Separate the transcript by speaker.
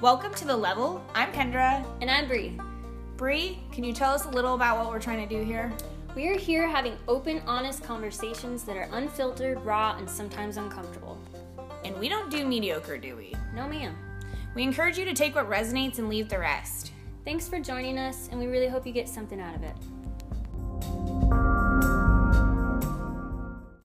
Speaker 1: Welcome to The Level. I'm Kendra.
Speaker 2: And I'm Bree.
Speaker 1: Bree, can you tell us a little about what we're trying to do here?
Speaker 2: We are here having open, honest conversations that are unfiltered, raw, and sometimes uncomfortable.
Speaker 1: And we don't do mediocre, do we?
Speaker 2: No, ma'am.
Speaker 1: We encourage you to take what resonates and leave the rest.
Speaker 2: Thanks for joining us, and we really hope you get something out of it.